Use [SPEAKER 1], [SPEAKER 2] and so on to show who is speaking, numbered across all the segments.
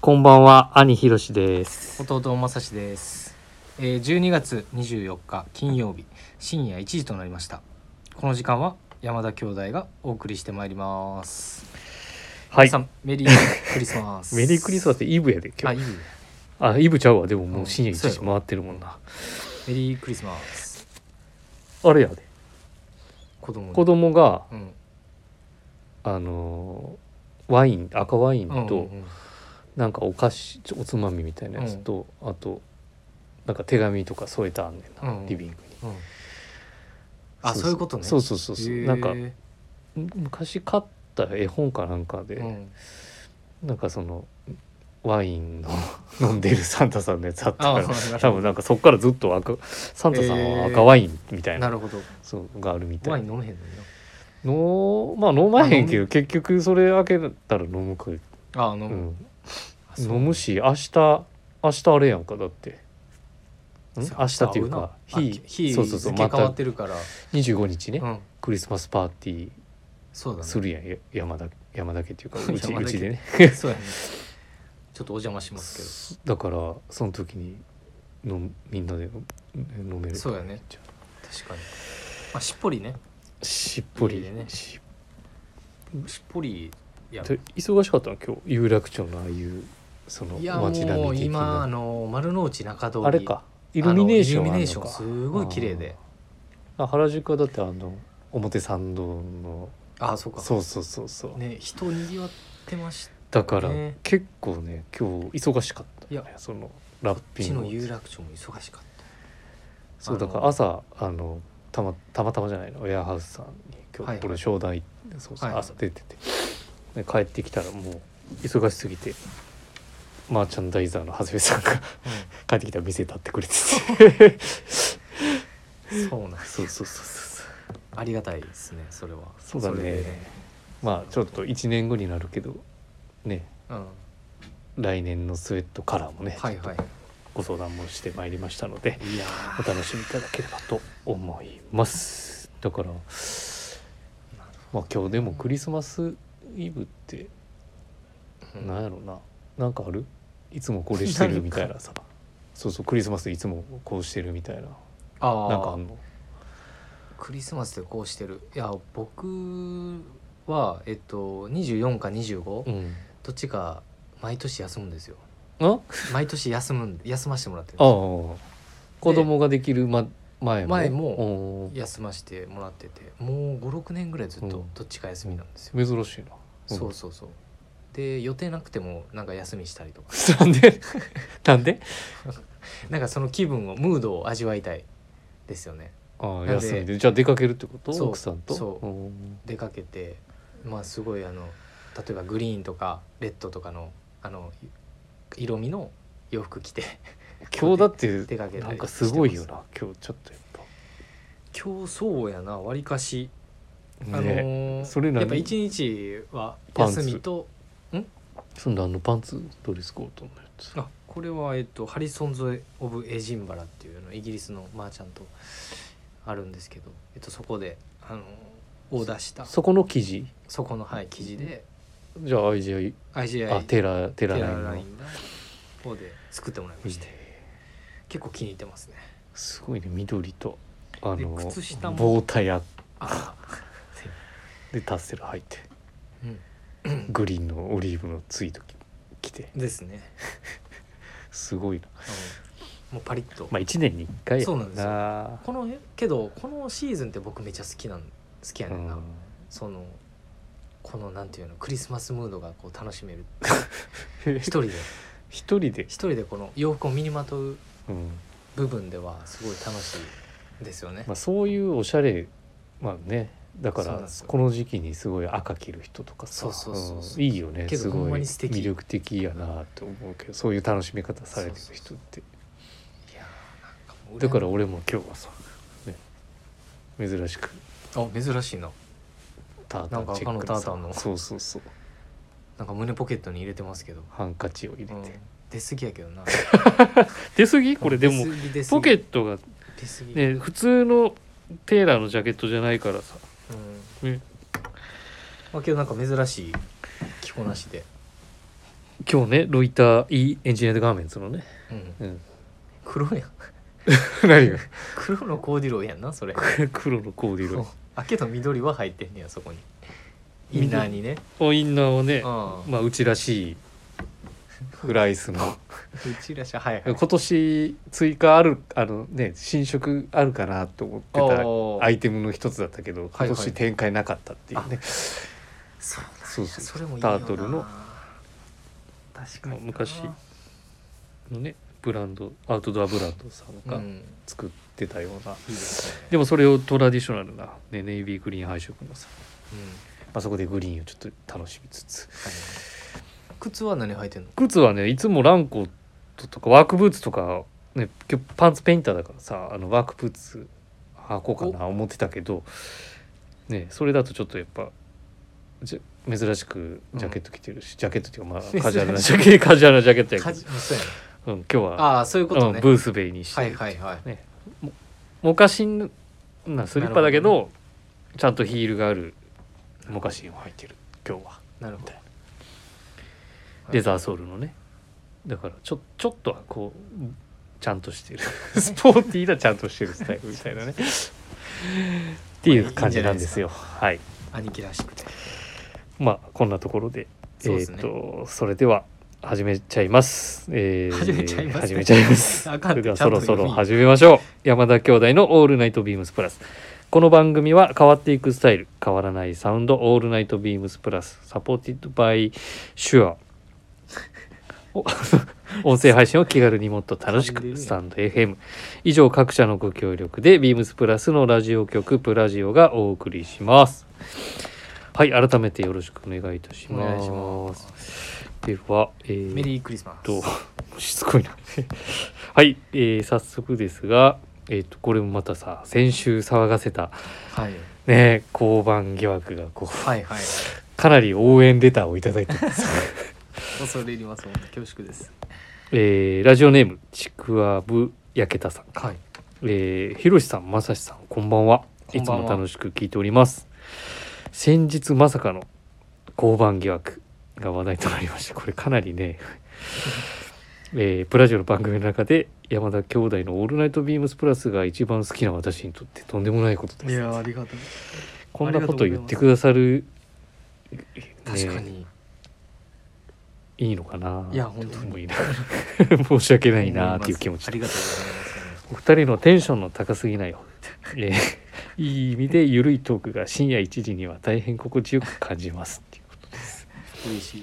[SPEAKER 1] こんばんは、兄ひろしです。
[SPEAKER 2] 弟まさしです、えー、12月24日金曜日深夜1時となりましたこの時間は山田兄弟がお送りしてまいります
[SPEAKER 1] はい
[SPEAKER 2] 皆さ。んメリークリスマス
[SPEAKER 1] メリークリスマスってイブやで、今
[SPEAKER 2] あい
[SPEAKER 1] 日。
[SPEAKER 2] い
[SPEAKER 1] あ、イブちゃうわ。でももう
[SPEAKER 2] うん
[SPEAKER 1] 深夜
[SPEAKER 2] そ
[SPEAKER 1] 1
[SPEAKER 2] うや
[SPEAKER 1] 時
[SPEAKER 2] ろ
[SPEAKER 1] 回ってるもんな。
[SPEAKER 2] メリークリスマス
[SPEAKER 1] あれやで。
[SPEAKER 2] 子供に
[SPEAKER 1] 子供が、
[SPEAKER 2] うん
[SPEAKER 1] あのーワイン、赤ワイン
[SPEAKER 2] うん
[SPEAKER 1] と、なんかお菓子、おつまみみたいなやつと、あと、なんか手紙とか添えたあんねん
[SPEAKER 2] う
[SPEAKER 1] な、
[SPEAKER 2] ん
[SPEAKER 1] リビングに。
[SPEAKER 2] うんうんあそういうことね
[SPEAKER 1] そうそうそうそう。
[SPEAKER 2] へー
[SPEAKER 1] なんか、ん昔買った絵本かなんかで、
[SPEAKER 2] うん
[SPEAKER 1] なんかその、ワインの 飲んでるサンタさんのやつあった
[SPEAKER 2] あ
[SPEAKER 1] から
[SPEAKER 2] なる。
[SPEAKER 1] 多
[SPEAKER 2] ほど
[SPEAKER 1] 分なんかそっからずっと赤サンタさんは赤ワインみたいな、
[SPEAKER 2] なるほど
[SPEAKER 1] そうがあるみた
[SPEAKER 2] ワイ
[SPEAKER 1] い
[SPEAKER 2] ン
[SPEAKER 1] な
[SPEAKER 2] 飲めへんのよ
[SPEAKER 1] のまあ飲まへんけ
[SPEAKER 2] あ飲
[SPEAKER 1] ど結局それ開けたら飲むか、
[SPEAKER 2] あ飲
[SPEAKER 1] う
[SPEAKER 2] む、
[SPEAKER 1] ん、
[SPEAKER 2] あそう
[SPEAKER 1] 飲むし明日明日あれやんかだってん
[SPEAKER 2] そう
[SPEAKER 1] 明日っていう
[SPEAKER 2] 合
[SPEAKER 1] か
[SPEAKER 2] な
[SPEAKER 1] 日
[SPEAKER 2] あ日
[SPEAKER 1] そうそうそう
[SPEAKER 2] 付
[SPEAKER 1] ま
[SPEAKER 2] け変わ
[SPEAKER 1] た
[SPEAKER 2] ってるから、
[SPEAKER 1] 25日ね、
[SPEAKER 2] うん
[SPEAKER 1] クリスマスパーティ
[SPEAKER 2] そうだ
[SPEAKER 1] ー
[SPEAKER 2] ね
[SPEAKER 1] するやんや山田山田家っていうかうち
[SPEAKER 2] 山田家
[SPEAKER 1] うちでね
[SPEAKER 2] そうやね。ちょっとお邪魔します
[SPEAKER 1] だからその時に飲みんなで飲める
[SPEAKER 2] そうやねけど。確かに。まあ、しっぽりね。
[SPEAKER 1] しっぽり
[SPEAKER 2] 家でね
[SPEAKER 1] しっ
[SPEAKER 2] しっぽりや。
[SPEAKER 1] で忙しかったの今日有楽町のああいうその
[SPEAKER 2] いや、
[SPEAKER 1] 街並
[SPEAKER 2] も
[SPEAKER 1] み
[SPEAKER 2] う
[SPEAKER 1] 的
[SPEAKER 2] 今、あ
[SPEAKER 1] な
[SPEAKER 2] の、丸の内中通り。
[SPEAKER 1] あれかイルミネーション
[SPEAKER 2] あのイルミ
[SPEAKER 1] あんのか
[SPEAKER 2] ネーション、すごい綺麗で。
[SPEAKER 1] あーあ原宿はだってあの表参道の
[SPEAKER 2] ああ、そうか。
[SPEAKER 1] そうそうそうそう、
[SPEAKER 2] ね、人にぎわってました。
[SPEAKER 1] だから
[SPEAKER 2] ね
[SPEAKER 1] 結構ね今日忙しかった、ね、
[SPEAKER 2] いや
[SPEAKER 1] そのラッ
[SPEAKER 2] こっ
[SPEAKER 1] ピ
[SPEAKER 2] ち
[SPEAKER 1] ン
[SPEAKER 2] の
[SPEAKER 1] グ
[SPEAKER 2] 有楽町も忙しかった。
[SPEAKER 1] そう
[SPEAKER 2] あの
[SPEAKER 1] だから朝あのたまたまたまじゃないのウェアハウスさんに今
[SPEAKER 2] はいは
[SPEAKER 1] 日
[SPEAKER 2] い
[SPEAKER 1] 俺商談行ってそうそう
[SPEAKER 2] はいはい
[SPEAKER 1] 朝出てて、で帰ってきたらもう忙しすぎてマーチャンダイザーの長谷部さんが 帰ってきたら店立ってくれてて
[SPEAKER 2] うん そうなん。
[SPEAKER 1] そうそうそうそう
[SPEAKER 2] ありがたいですね、それは。
[SPEAKER 1] そうだね
[SPEAKER 2] れで
[SPEAKER 1] まあちょっと1年後になるけどね
[SPEAKER 2] うん。
[SPEAKER 1] 来年のスウェットカラーもね、
[SPEAKER 2] はいは
[SPEAKER 1] ご相談もしてまいりましたので
[SPEAKER 2] い。いや
[SPEAKER 1] お
[SPEAKER 2] ー
[SPEAKER 1] 楽しみいただければと思いますだからまあ今日でもクリスマスイブって
[SPEAKER 2] うん
[SPEAKER 1] なんやろななんかあるいつもこれしてるみたいなさそうそうクリスマスいつもこうしてるみたいな
[SPEAKER 2] あ
[SPEAKER 1] なんか
[SPEAKER 2] あ
[SPEAKER 1] あん。の
[SPEAKER 2] クリスマスでこうしてるいや僕はえっと24か25、
[SPEAKER 1] うん
[SPEAKER 2] どっちか毎年休むんです よ
[SPEAKER 1] あ
[SPEAKER 2] 毎年休むん休ませてもらってる
[SPEAKER 1] ああ子供ができる、ま、前も
[SPEAKER 2] 前も
[SPEAKER 1] おー
[SPEAKER 2] 休ませてもらっててもう56年ぐらいずっ
[SPEAKER 1] う
[SPEAKER 2] と
[SPEAKER 1] ん
[SPEAKER 2] どっちか休みなんですよ、
[SPEAKER 1] 珍しいなうん
[SPEAKER 2] そうそうそうで予定なくてもなんか休みしたりとか
[SPEAKER 1] なんでなんで
[SPEAKER 2] なんかその気分をムードを味わいたいですよね
[SPEAKER 1] ああ
[SPEAKER 2] んで
[SPEAKER 1] 休みでじゃあ出かけるってこと
[SPEAKER 2] そう
[SPEAKER 1] 奥さんと
[SPEAKER 2] そう
[SPEAKER 1] うん
[SPEAKER 2] 出かけてまあすごいあの例えばグリーンとかレッドとかのあの色味の洋服着て
[SPEAKER 1] 今日だって
[SPEAKER 2] 出かけたりしてます
[SPEAKER 1] なんかすごいよな今日ちょっとやっぱ
[SPEAKER 2] 今日そうやなわりかし、あの
[SPEAKER 1] ね
[SPEAKER 2] ー
[SPEAKER 1] それ何
[SPEAKER 2] やっぱ一日は
[SPEAKER 1] パンツ
[SPEAKER 2] 休みと
[SPEAKER 1] そんであのパンツドレスコートのやつ
[SPEAKER 2] あこれは、えっと、ハリソン・ズ・オブ・エジンバラっていうのイギリスのマーチャントあるんですけど、えっと、そこで、あのーオーダーしたそ
[SPEAKER 1] そこの生地
[SPEAKER 2] この、はい、記事で
[SPEAKER 1] じゃあ IGI あ
[SPEAKER 2] IGI テ
[SPEAKER 1] テラテラ
[SPEAKER 2] ラ
[SPEAKER 1] ライン
[SPEAKER 2] ラ
[SPEAKER 1] の
[SPEAKER 2] インの方で作ってもらいまして結構気に入ってますね
[SPEAKER 1] すごいね緑とあ
[SPEAKER 2] で
[SPEAKER 1] の
[SPEAKER 2] 靴下も
[SPEAKER 1] 棒タイヤ
[SPEAKER 2] あ、
[SPEAKER 1] でタッセル履いて
[SPEAKER 2] う
[SPEAKER 1] グリーンのオリーブのツイート着て
[SPEAKER 2] ん、ですね、
[SPEAKER 1] すごいな
[SPEAKER 2] うん、もうパリッと、
[SPEAKER 1] まあ1年に1回や
[SPEAKER 2] そうなんですよ
[SPEAKER 1] な
[SPEAKER 2] このけどこのシーズンって僕めちゃ好きなん好きやねんな、
[SPEAKER 1] うん
[SPEAKER 2] そのこのなんていうのクリスマスムードがこう楽し める一人で
[SPEAKER 1] 一人で
[SPEAKER 2] 一、人でこの洋服を身にまとう
[SPEAKER 1] うん
[SPEAKER 2] 部分ではすごい楽しいですよね、
[SPEAKER 1] まあ、そういうおしゃれまあねだか
[SPEAKER 2] そうなん
[SPEAKER 1] ら
[SPEAKER 2] ですよ
[SPEAKER 1] この時期にすごい赤着る人とかさ
[SPEAKER 2] そうそうそうそうん
[SPEAKER 1] いいよね
[SPEAKER 2] けど
[SPEAKER 1] す
[SPEAKER 2] ほ
[SPEAKER 1] ご
[SPEAKER 2] んま
[SPEAKER 1] い
[SPEAKER 2] に素敵
[SPEAKER 1] 魅力的やなと思うけどそういう楽しみ方されてる人って
[SPEAKER 2] いやーなんかもう
[SPEAKER 1] だから俺も今日はさ、ね、珍しく
[SPEAKER 2] あ珍しいな
[SPEAKER 1] タータンチェック
[SPEAKER 2] なんか赤のター
[SPEAKER 1] さ
[SPEAKER 2] タンの
[SPEAKER 1] そうそうそう
[SPEAKER 2] なんか胸ポケットに入れてますけど、
[SPEAKER 1] ハンカチを入れて、
[SPEAKER 2] うん出過ぎやけどな
[SPEAKER 1] 出過 ぎこれでも
[SPEAKER 2] 出過ぎ出過ぎ
[SPEAKER 1] ポケットが
[SPEAKER 2] 出過ぎ、
[SPEAKER 1] ね普通のテーラーのジャケットじゃないからさ、
[SPEAKER 2] うん
[SPEAKER 1] ね、
[SPEAKER 2] まあ、けどなんか珍しい着こなしで
[SPEAKER 1] 今日ねロイター E エンジニアドガーメンツのね、
[SPEAKER 2] うん、
[SPEAKER 1] うん、
[SPEAKER 2] 黒やん
[SPEAKER 1] 何が
[SPEAKER 2] 黒のコーディロイやんなそれ
[SPEAKER 1] 黒のコーディロイ
[SPEAKER 2] あけど緑は入ってんねやそこにインナーにね
[SPEAKER 1] おインナーはね
[SPEAKER 2] うん
[SPEAKER 1] まあうちらしいフライス の
[SPEAKER 2] うちらしゃはいは
[SPEAKER 1] 今
[SPEAKER 2] い
[SPEAKER 1] 年追加あるあのね新色あるかなと思って
[SPEAKER 2] おー
[SPEAKER 1] たアイテムの一つだったけど
[SPEAKER 2] はい
[SPEAKER 1] 今
[SPEAKER 2] はい
[SPEAKER 1] 年展開なかったっていうね、
[SPEAKER 2] そうなんや
[SPEAKER 1] そうそう
[SPEAKER 2] それもいいよな
[SPEAKER 1] タートルの
[SPEAKER 2] 確かにな
[SPEAKER 1] 昔のねブランドアウトドアブランドさん
[SPEAKER 2] う
[SPEAKER 1] が
[SPEAKER 2] んい
[SPEAKER 1] 作ってたような、
[SPEAKER 2] いですね
[SPEAKER 1] でもそれをトラディショナルな、ね、ネイビーグリーン配色のさ、
[SPEAKER 2] うん
[SPEAKER 1] まあ、そこでグリーンをちょっと楽しみつつ
[SPEAKER 2] はい靴は何履いてんの
[SPEAKER 1] 靴はねいつもランコットとかワークブーツとか、ね、今日パンツペインターだからさあのワークブーツ履こうかな思ってたけど、ね、それだとちょっとやっぱじゃ珍しくジャケット着てるし、ジャケットっていうかまあカジュアルなジャ ケットカジュアルなジャケットや
[SPEAKER 2] か
[SPEAKER 1] け
[SPEAKER 2] じ
[SPEAKER 1] ど、
[SPEAKER 2] そうやね
[SPEAKER 1] うん、今日は、
[SPEAKER 2] ああそういうこと
[SPEAKER 1] うん
[SPEAKER 2] ね
[SPEAKER 1] ブースベイにして、
[SPEAKER 2] はいはいはい
[SPEAKER 1] モカシンなスリッパだけどちゃんとヒールがあるモカシンを履いてる今日は
[SPEAKER 2] なるほど
[SPEAKER 1] レザーソールのねだからちょちょっとはこうちゃんとしてる スポーティーなちゃんとしてるスタイルみたい なねっていう感じなんですよはい
[SPEAKER 2] 兄貴らしくて
[SPEAKER 1] まあこんなところで
[SPEAKER 2] そうですね
[SPEAKER 1] えっ、とそれでは始めちゃいます、えー
[SPEAKER 2] 始めちゃいます
[SPEAKER 1] 始めちゃいます
[SPEAKER 2] あか
[SPEAKER 1] そ
[SPEAKER 2] ん
[SPEAKER 1] れ
[SPEAKER 2] て
[SPEAKER 1] では
[SPEAKER 2] ちゃ
[SPEAKER 1] そ
[SPEAKER 2] んと
[SPEAKER 1] ろそ
[SPEAKER 2] 読
[SPEAKER 1] ろ
[SPEAKER 2] み
[SPEAKER 1] 始めましょう山田兄弟の「オールナイトビームスプラス」この番組は変わっていくスタイル変わらないサウンド「オールナイトビームスプラス」サポーティッドバイシュア 音声配信を気軽にもっと楽し
[SPEAKER 2] 噛ん
[SPEAKER 1] く
[SPEAKER 2] でるやん
[SPEAKER 1] スタンド FM 以上各社のご協力でビームスプラスのラジオ局プラジオがお送りしますはい改めてよろしくお願いいたし
[SPEAKER 2] お
[SPEAKER 1] ます
[SPEAKER 2] 願いします
[SPEAKER 1] では、えー、
[SPEAKER 2] メリークリスマス
[SPEAKER 1] と しつこいな はい、えー早速ですが、えー、とこれもまたさ先週騒がせた
[SPEAKER 2] はい
[SPEAKER 1] ね交番疑惑がこう
[SPEAKER 2] はいはい
[SPEAKER 1] かなり応援レターをいただい てます、
[SPEAKER 2] 恐れ入ります本当恐縮です
[SPEAKER 1] えーラジオネームちくわぶやけたさん、
[SPEAKER 2] はい
[SPEAKER 1] えー、ひろしさんまさしさんこんばんは
[SPEAKER 2] こんばんはい
[SPEAKER 1] つも楽しく聞いております先日まさかの交番疑惑が話題となりましたこれかなり ねえープラジオの番組の中で山田兄弟の「オールナイトビームスプラス」が一番好きな私にとってとんでもないことです
[SPEAKER 2] ありがとう
[SPEAKER 1] こんなこと言ってくださる
[SPEAKER 2] 確か
[SPEAKER 1] ね
[SPEAKER 2] に
[SPEAKER 1] いいのかないい
[SPEAKER 2] や本当に
[SPEAKER 1] いな 申し訳ないなっていう気持ち
[SPEAKER 2] あ
[SPEAKER 1] と
[SPEAKER 2] りがとうござ
[SPEAKER 1] お
[SPEAKER 2] い
[SPEAKER 1] 二人のテンションの高すぎない、えーいい意味でゆるいトークが深夜1時には大変心地よく感じますっていうことです。
[SPEAKER 2] ます嬉しい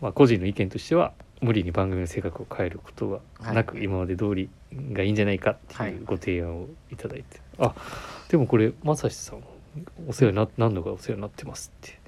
[SPEAKER 1] まあ、個人の意見としては無理に番組の性格を変えることはなく、
[SPEAKER 2] はい
[SPEAKER 1] 今まで通りがいいんじゃないかって
[SPEAKER 2] はい
[SPEAKER 1] いうご提案をいただいて、あでもこれまさしさんお世話にな何度かお世話になってますって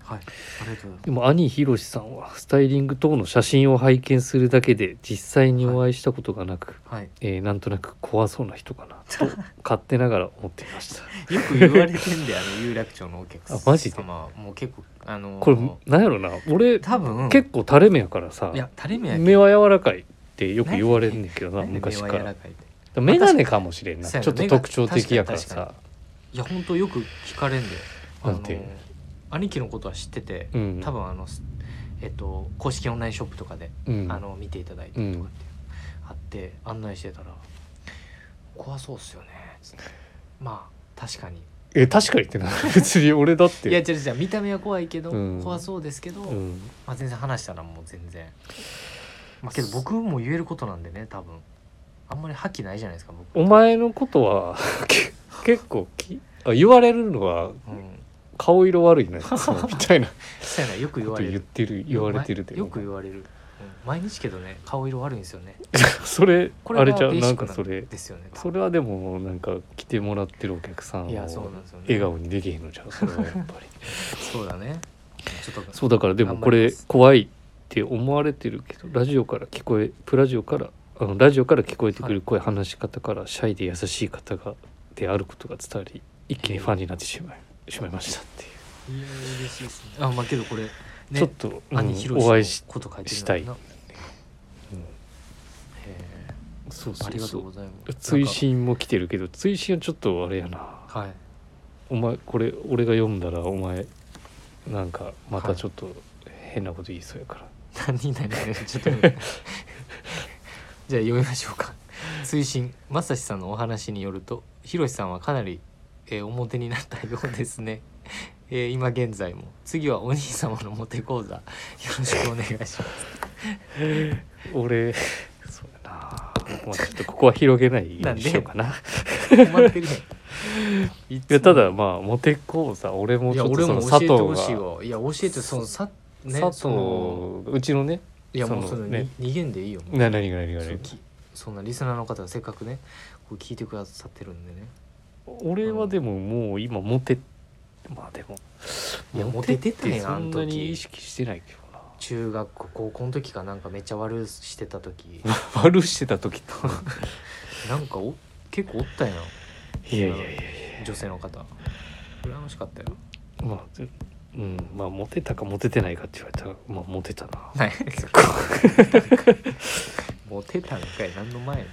[SPEAKER 2] はいありがとうございます
[SPEAKER 1] でも兄ひろしさんはスタイリング等の写真を拝見するだけで実際にお会いしたことがなく、
[SPEAKER 2] はい
[SPEAKER 1] えーなんとなく怖そうな人かなと勝手ながら思っていました
[SPEAKER 2] よく言われてんであの有楽町のお客様
[SPEAKER 1] あマジで
[SPEAKER 2] もう結構あの
[SPEAKER 1] これなんやろな俺
[SPEAKER 2] 多分
[SPEAKER 1] 結構垂れ目やからさ
[SPEAKER 2] いや垂れ目やけど
[SPEAKER 1] 目は柔らかいってよく言われるんだけどな
[SPEAKER 2] なんで
[SPEAKER 1] 昔か
[SPEAKER 2] 目は柔
[SPEAKER 1] ら
[SPEAKER 2] かいって
[SPEAKER 1] 眼鏡かもしれんな
[SPEAKER 2] そうやな
[SPEAKER 1] ちょっと特徴的やから
[SPEAKER 2] 確か
[SPEAKER 1] さ
[SPEAKER 2] いや本当よく聞かれんであ
[SPEAKER 1] なんて
[SPEAKER 2] の兄貴のことは知ってて
[SPEAKER 1] うん
[SPEAKER 2] 多分あのえっと公式オンラインショップとかで
[SPEAKER 1] うん
[SPEAKER 2] あの見ていただいてとかってあって案内してたら「怖そうっすよね」つってまあ確かに
[SPEAKER 1] え確かにってな 別に俺だっ
[SPEAKER 2] いや違
[SPEAKER 1] て
[SPEAKER 2] う違う見た目は怖いけど、
[SPEAKER 1] うん
[SPEAKER 2] 怖そうですけど、
[SPEAKER 1] うん
[SPEAKER 2] まあ、全然話したらもう全然まあけど僕も言えることなんでね多分あんまり覇気ないじゃないですか僕
[SPEAKER 1] お、前のことは け結構きあ言われるのは
[SPEAKER 2] うん、
[SPEAKER 1] 顔色悪い ないつもみたいなこ
[SPEAKER 2] そうやなよく言
[SPEAKER 1] と
[SPEAKER 2] われ
[SPEAKER 1] 言っ
[SPEAKER 2] る
[SPEAKER 1] てる言われてるで
[SPEAKER 2] よく言われる、うん毎日けどね顔色悪いんですよね
[SPEAKER 1] それ
[SPEAKER 2] これ
[SPEAKER 1] あ
[SPEAKER 2] が
[SPEAKER 1] れ
[SPEAKER 2] ベ
[SPEAKER 1] じゃう
[SPEAKER 2] ー
[SPEAKER 1] な
[SPEAKER 2] シッ
[SPEAKER 1] ん
[SPEAKER 2] ク
[SPEAKER 1] か
[SPEAKER 2] な
[SPEAKER 1] そ
[SPEAKER 2] ん
[SPEAKER 1] れ
[SPEAKER 2] ですよね多
[SPEAKER 1] そ
[SPEAKER 2] 分
[SPEAKER 1] れはでもなんか来てもらってるお客さんを
[SPEAKER 2] いや
[SPEAKER 1] 笑
[SPEAKER 2] そうなんですよね
[SPEAKER 1] 顔にできへんのじゃんそれはやっぱり
[SPEAKER 2] そうだねちょっと
[SPEAKER 1] そうだからでも
[SPEAKER 2] 頑張ります
[SPEAKER 1] これ怖いって思われてるけどラジオから聞こえプラジオからあのラジオから聞こえてくる声、話し方からシャイで優しい方がであることが伝わり一気にファンになってしまいしまいましたっていう、
[SPEAKER 2] いや嬉しいですねあまあけどこれね
[SPEAKER 1] ちょっと、うん
[SPEAKER 2] 兄ひろ
[SPEAKER 1] お会い
[SPEAKER 2] し
[SPEAKER 1] し
[SPEAKER 2] のこと書いてる
[SPEAKER 1] したい
[SPEAKER 2] のか
[SPEAKER 1] うん
[SPEAKER 2] なへ
[SPEAKER 1] そう
[SPEAKER 2] ーあ
[SPEAKER 1] そう
[SPEAKER 2] りがと
[SPEAKER 1] そう
[SPEAKER 2] ご
[SPEAKER 1] う
[SPEAKER 2] ざいます
[SPEAKER 1] 追伸も来てるけど追伸はちょっとあれやな
[SPEAKER 2] なんかはい
[SPEAKER 1] お前これ俺が読んだらお前なんかまたちょっと変なこと言いそうやから
[SPEAKER 2] 何何何ちょっと待ってじゃあ読みましょうか推進正志さんのお話によるとひろしさんはかなり、えー表になったようですね、えー今現在も次はお兄様のモテ講座よろしくお願いします
[SPEAKER 1] 俺そうやな、まあ、ちょっとここは広げないようにしようかな
[SPEAKER 2] 困ってるやんい
[SPEAKER 1] いやただまあモテ講座俺も
[SPEAKER 2] い
[SPEAKER 1] ち
[SPEAKER 2] や
[SPEAKER 1] ょっと
[SPEAKER 2] 俺
[SPEAKER 1] その
[SPEAKER 2] も教え
[SPEAKER 1] 佐
[SPEAKER 2] て
[SPEAKER 1] 藤
[SPEAKER 2] ほしい
[SPEAKER 1] が
[SPEAKER 2] わいや教えてそのさね
[SPEAKER 1] 佐
[SPEAKER 2] その
[SPEAKER 1] 藤うちのね
[SPEAKER 2] いやもうそ
[SPEAKER 1] その
[SPEAKER 2] の
[SPEAKER 1] ね
[SPEAKER 2] に逃げんでいいよもう
[SPEAKER 1] な何が何が
[SPEAKER 2] そ
[SPEAKER 1] 何
[SPEAKER 2] う
[SPEAKER 1] が
[SPEAKER 2] きそんなリスナーの方がせっかくねこう聞いてくださってるんでね
[SPEAKER 1] 俺はでももう今モテまあでも
[SPEAKER 2] いやモテてたんや
[SPEAKER 1] そんな
[SPEAKER 2] あの時
[SPEAKER 1] に意識してないけどな
[SPEAKER 2] 中学校高校の時かなんかめっちゃ悪してた 時
[SPEAKER 1] 悪してた時と
[SPEAKER 2] なんかお結構おったやん
[SPEAKER 1] いやいやいやい
[SPEAKER 2] 女性の方羨ましかったよ
[SPEAKER 1] やまあでうんまあモテたかモテてないかって言われたらまあモテた な
[SPEAKER 2] はいモテたんかい何の前に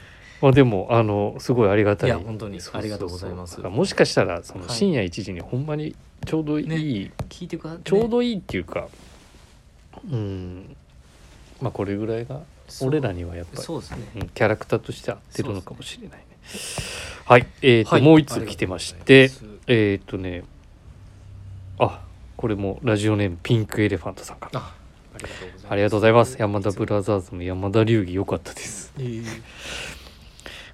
[SPEAKER 1] まあでもあのすごいありがたい
[SPEAKER 2] いや本当に
[SPEAKER 1] そうそうそう
[SPEAKER 2] ありがとうございます
[SPEAKER 1] だからもしかしたらその
[SPEAKER 2] はい
[SPEAKER 1] 深夜1時にほんまにちょうどいい、
[SPEAKER 2] 聞いてください
[SPEAKER 1] ちょうどいいっていうか、うんまあこれぐらいが俺らにはやっぱり
[SPEAKER 2] そうですね
[SPEAKER 1] うんキャラクターとして合ってるのかもしれないね。はい、えーと、
[SPEAKER 2] はい
[SPEAKER 1] もう一通来てまし
[SPEAKER 2] あり
[SPEAKER 1] て
[SPEAKER 2] がとうございます
[SPEAKER 1] えっ、とねあこれもラジオネームピンクエレファントさんから
[SPEAKER 2] あありがとうございます
[SPEAKER 1] ありがとうございます山田ブラザーズの山田流儀良かったです
[SPEAKER 2] えー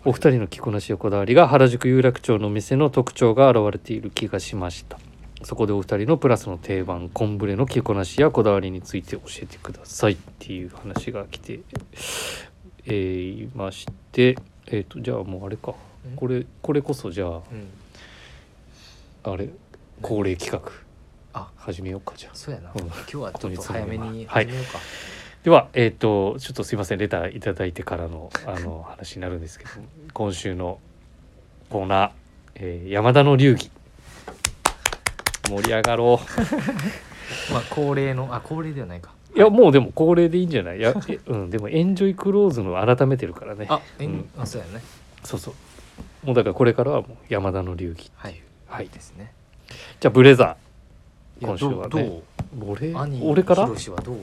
[SPEAKER 1] お二人の着こなしやこだわりが原宿有楽町の店の特徴が現れている気がしましたそこでお二人のプラスの定番コンブレの着こなしやこだわりについて教えてくださいっていう話が来て、えーいましてえっ、とじゃあもうあれか
[SPEAKER 2] ん
[SPEAKER 1] これこれこそじゃ
[SPEAKER 2] うん
[SPEAKER 1] ああれ恒例企画
[SPEAKER 2] あ
[SPEAKER 1] 始めようかじゃあ
[SPEAKER 2] そうやな、
[SPEAKER 1] うん
[SPEAKER 2] 今日はちょっと早めに
[SPEAKER 1] はい
[SPEAKER 2] 始めようか、
[SPEAKER 1] ではえっ、とちょっとすいませんレターいただいてからのあ の話になるんですけど今週のコーナー、えー山田の流儀盛り上がろ
[SPEAKER 2] まあ恒例のあ恒例ではないか
[SPEAKER 1] ういやもうでも恒例でいいんじゃないいや、え うん、でもエンジョイクローズの改めてるからね
[SPEAKER 2] あ、え
[SPEAKER 1] うん
[SPEAKER 2] あそうやね
[SPEAKER 1] そうそうもうだからこれからはもう山田の流儀
[SPEAKER 2] はい
[SPEAKER 1] はい
[SPEAKER 2] ですね
[SPEAKER 1] じゃあブレザ
[SPEAKER 2] いや
[SPEAKER 1] 今週はね
[SPEAKER 2] どう
[SPEAKER 1] ー
[SPEAKER 2] どう
[SPEAKER 1] 俺
[SPEAKER 2] 兄
[SPEAKER 1] 俺から
[SPEAKER 2] ヒロシはどうい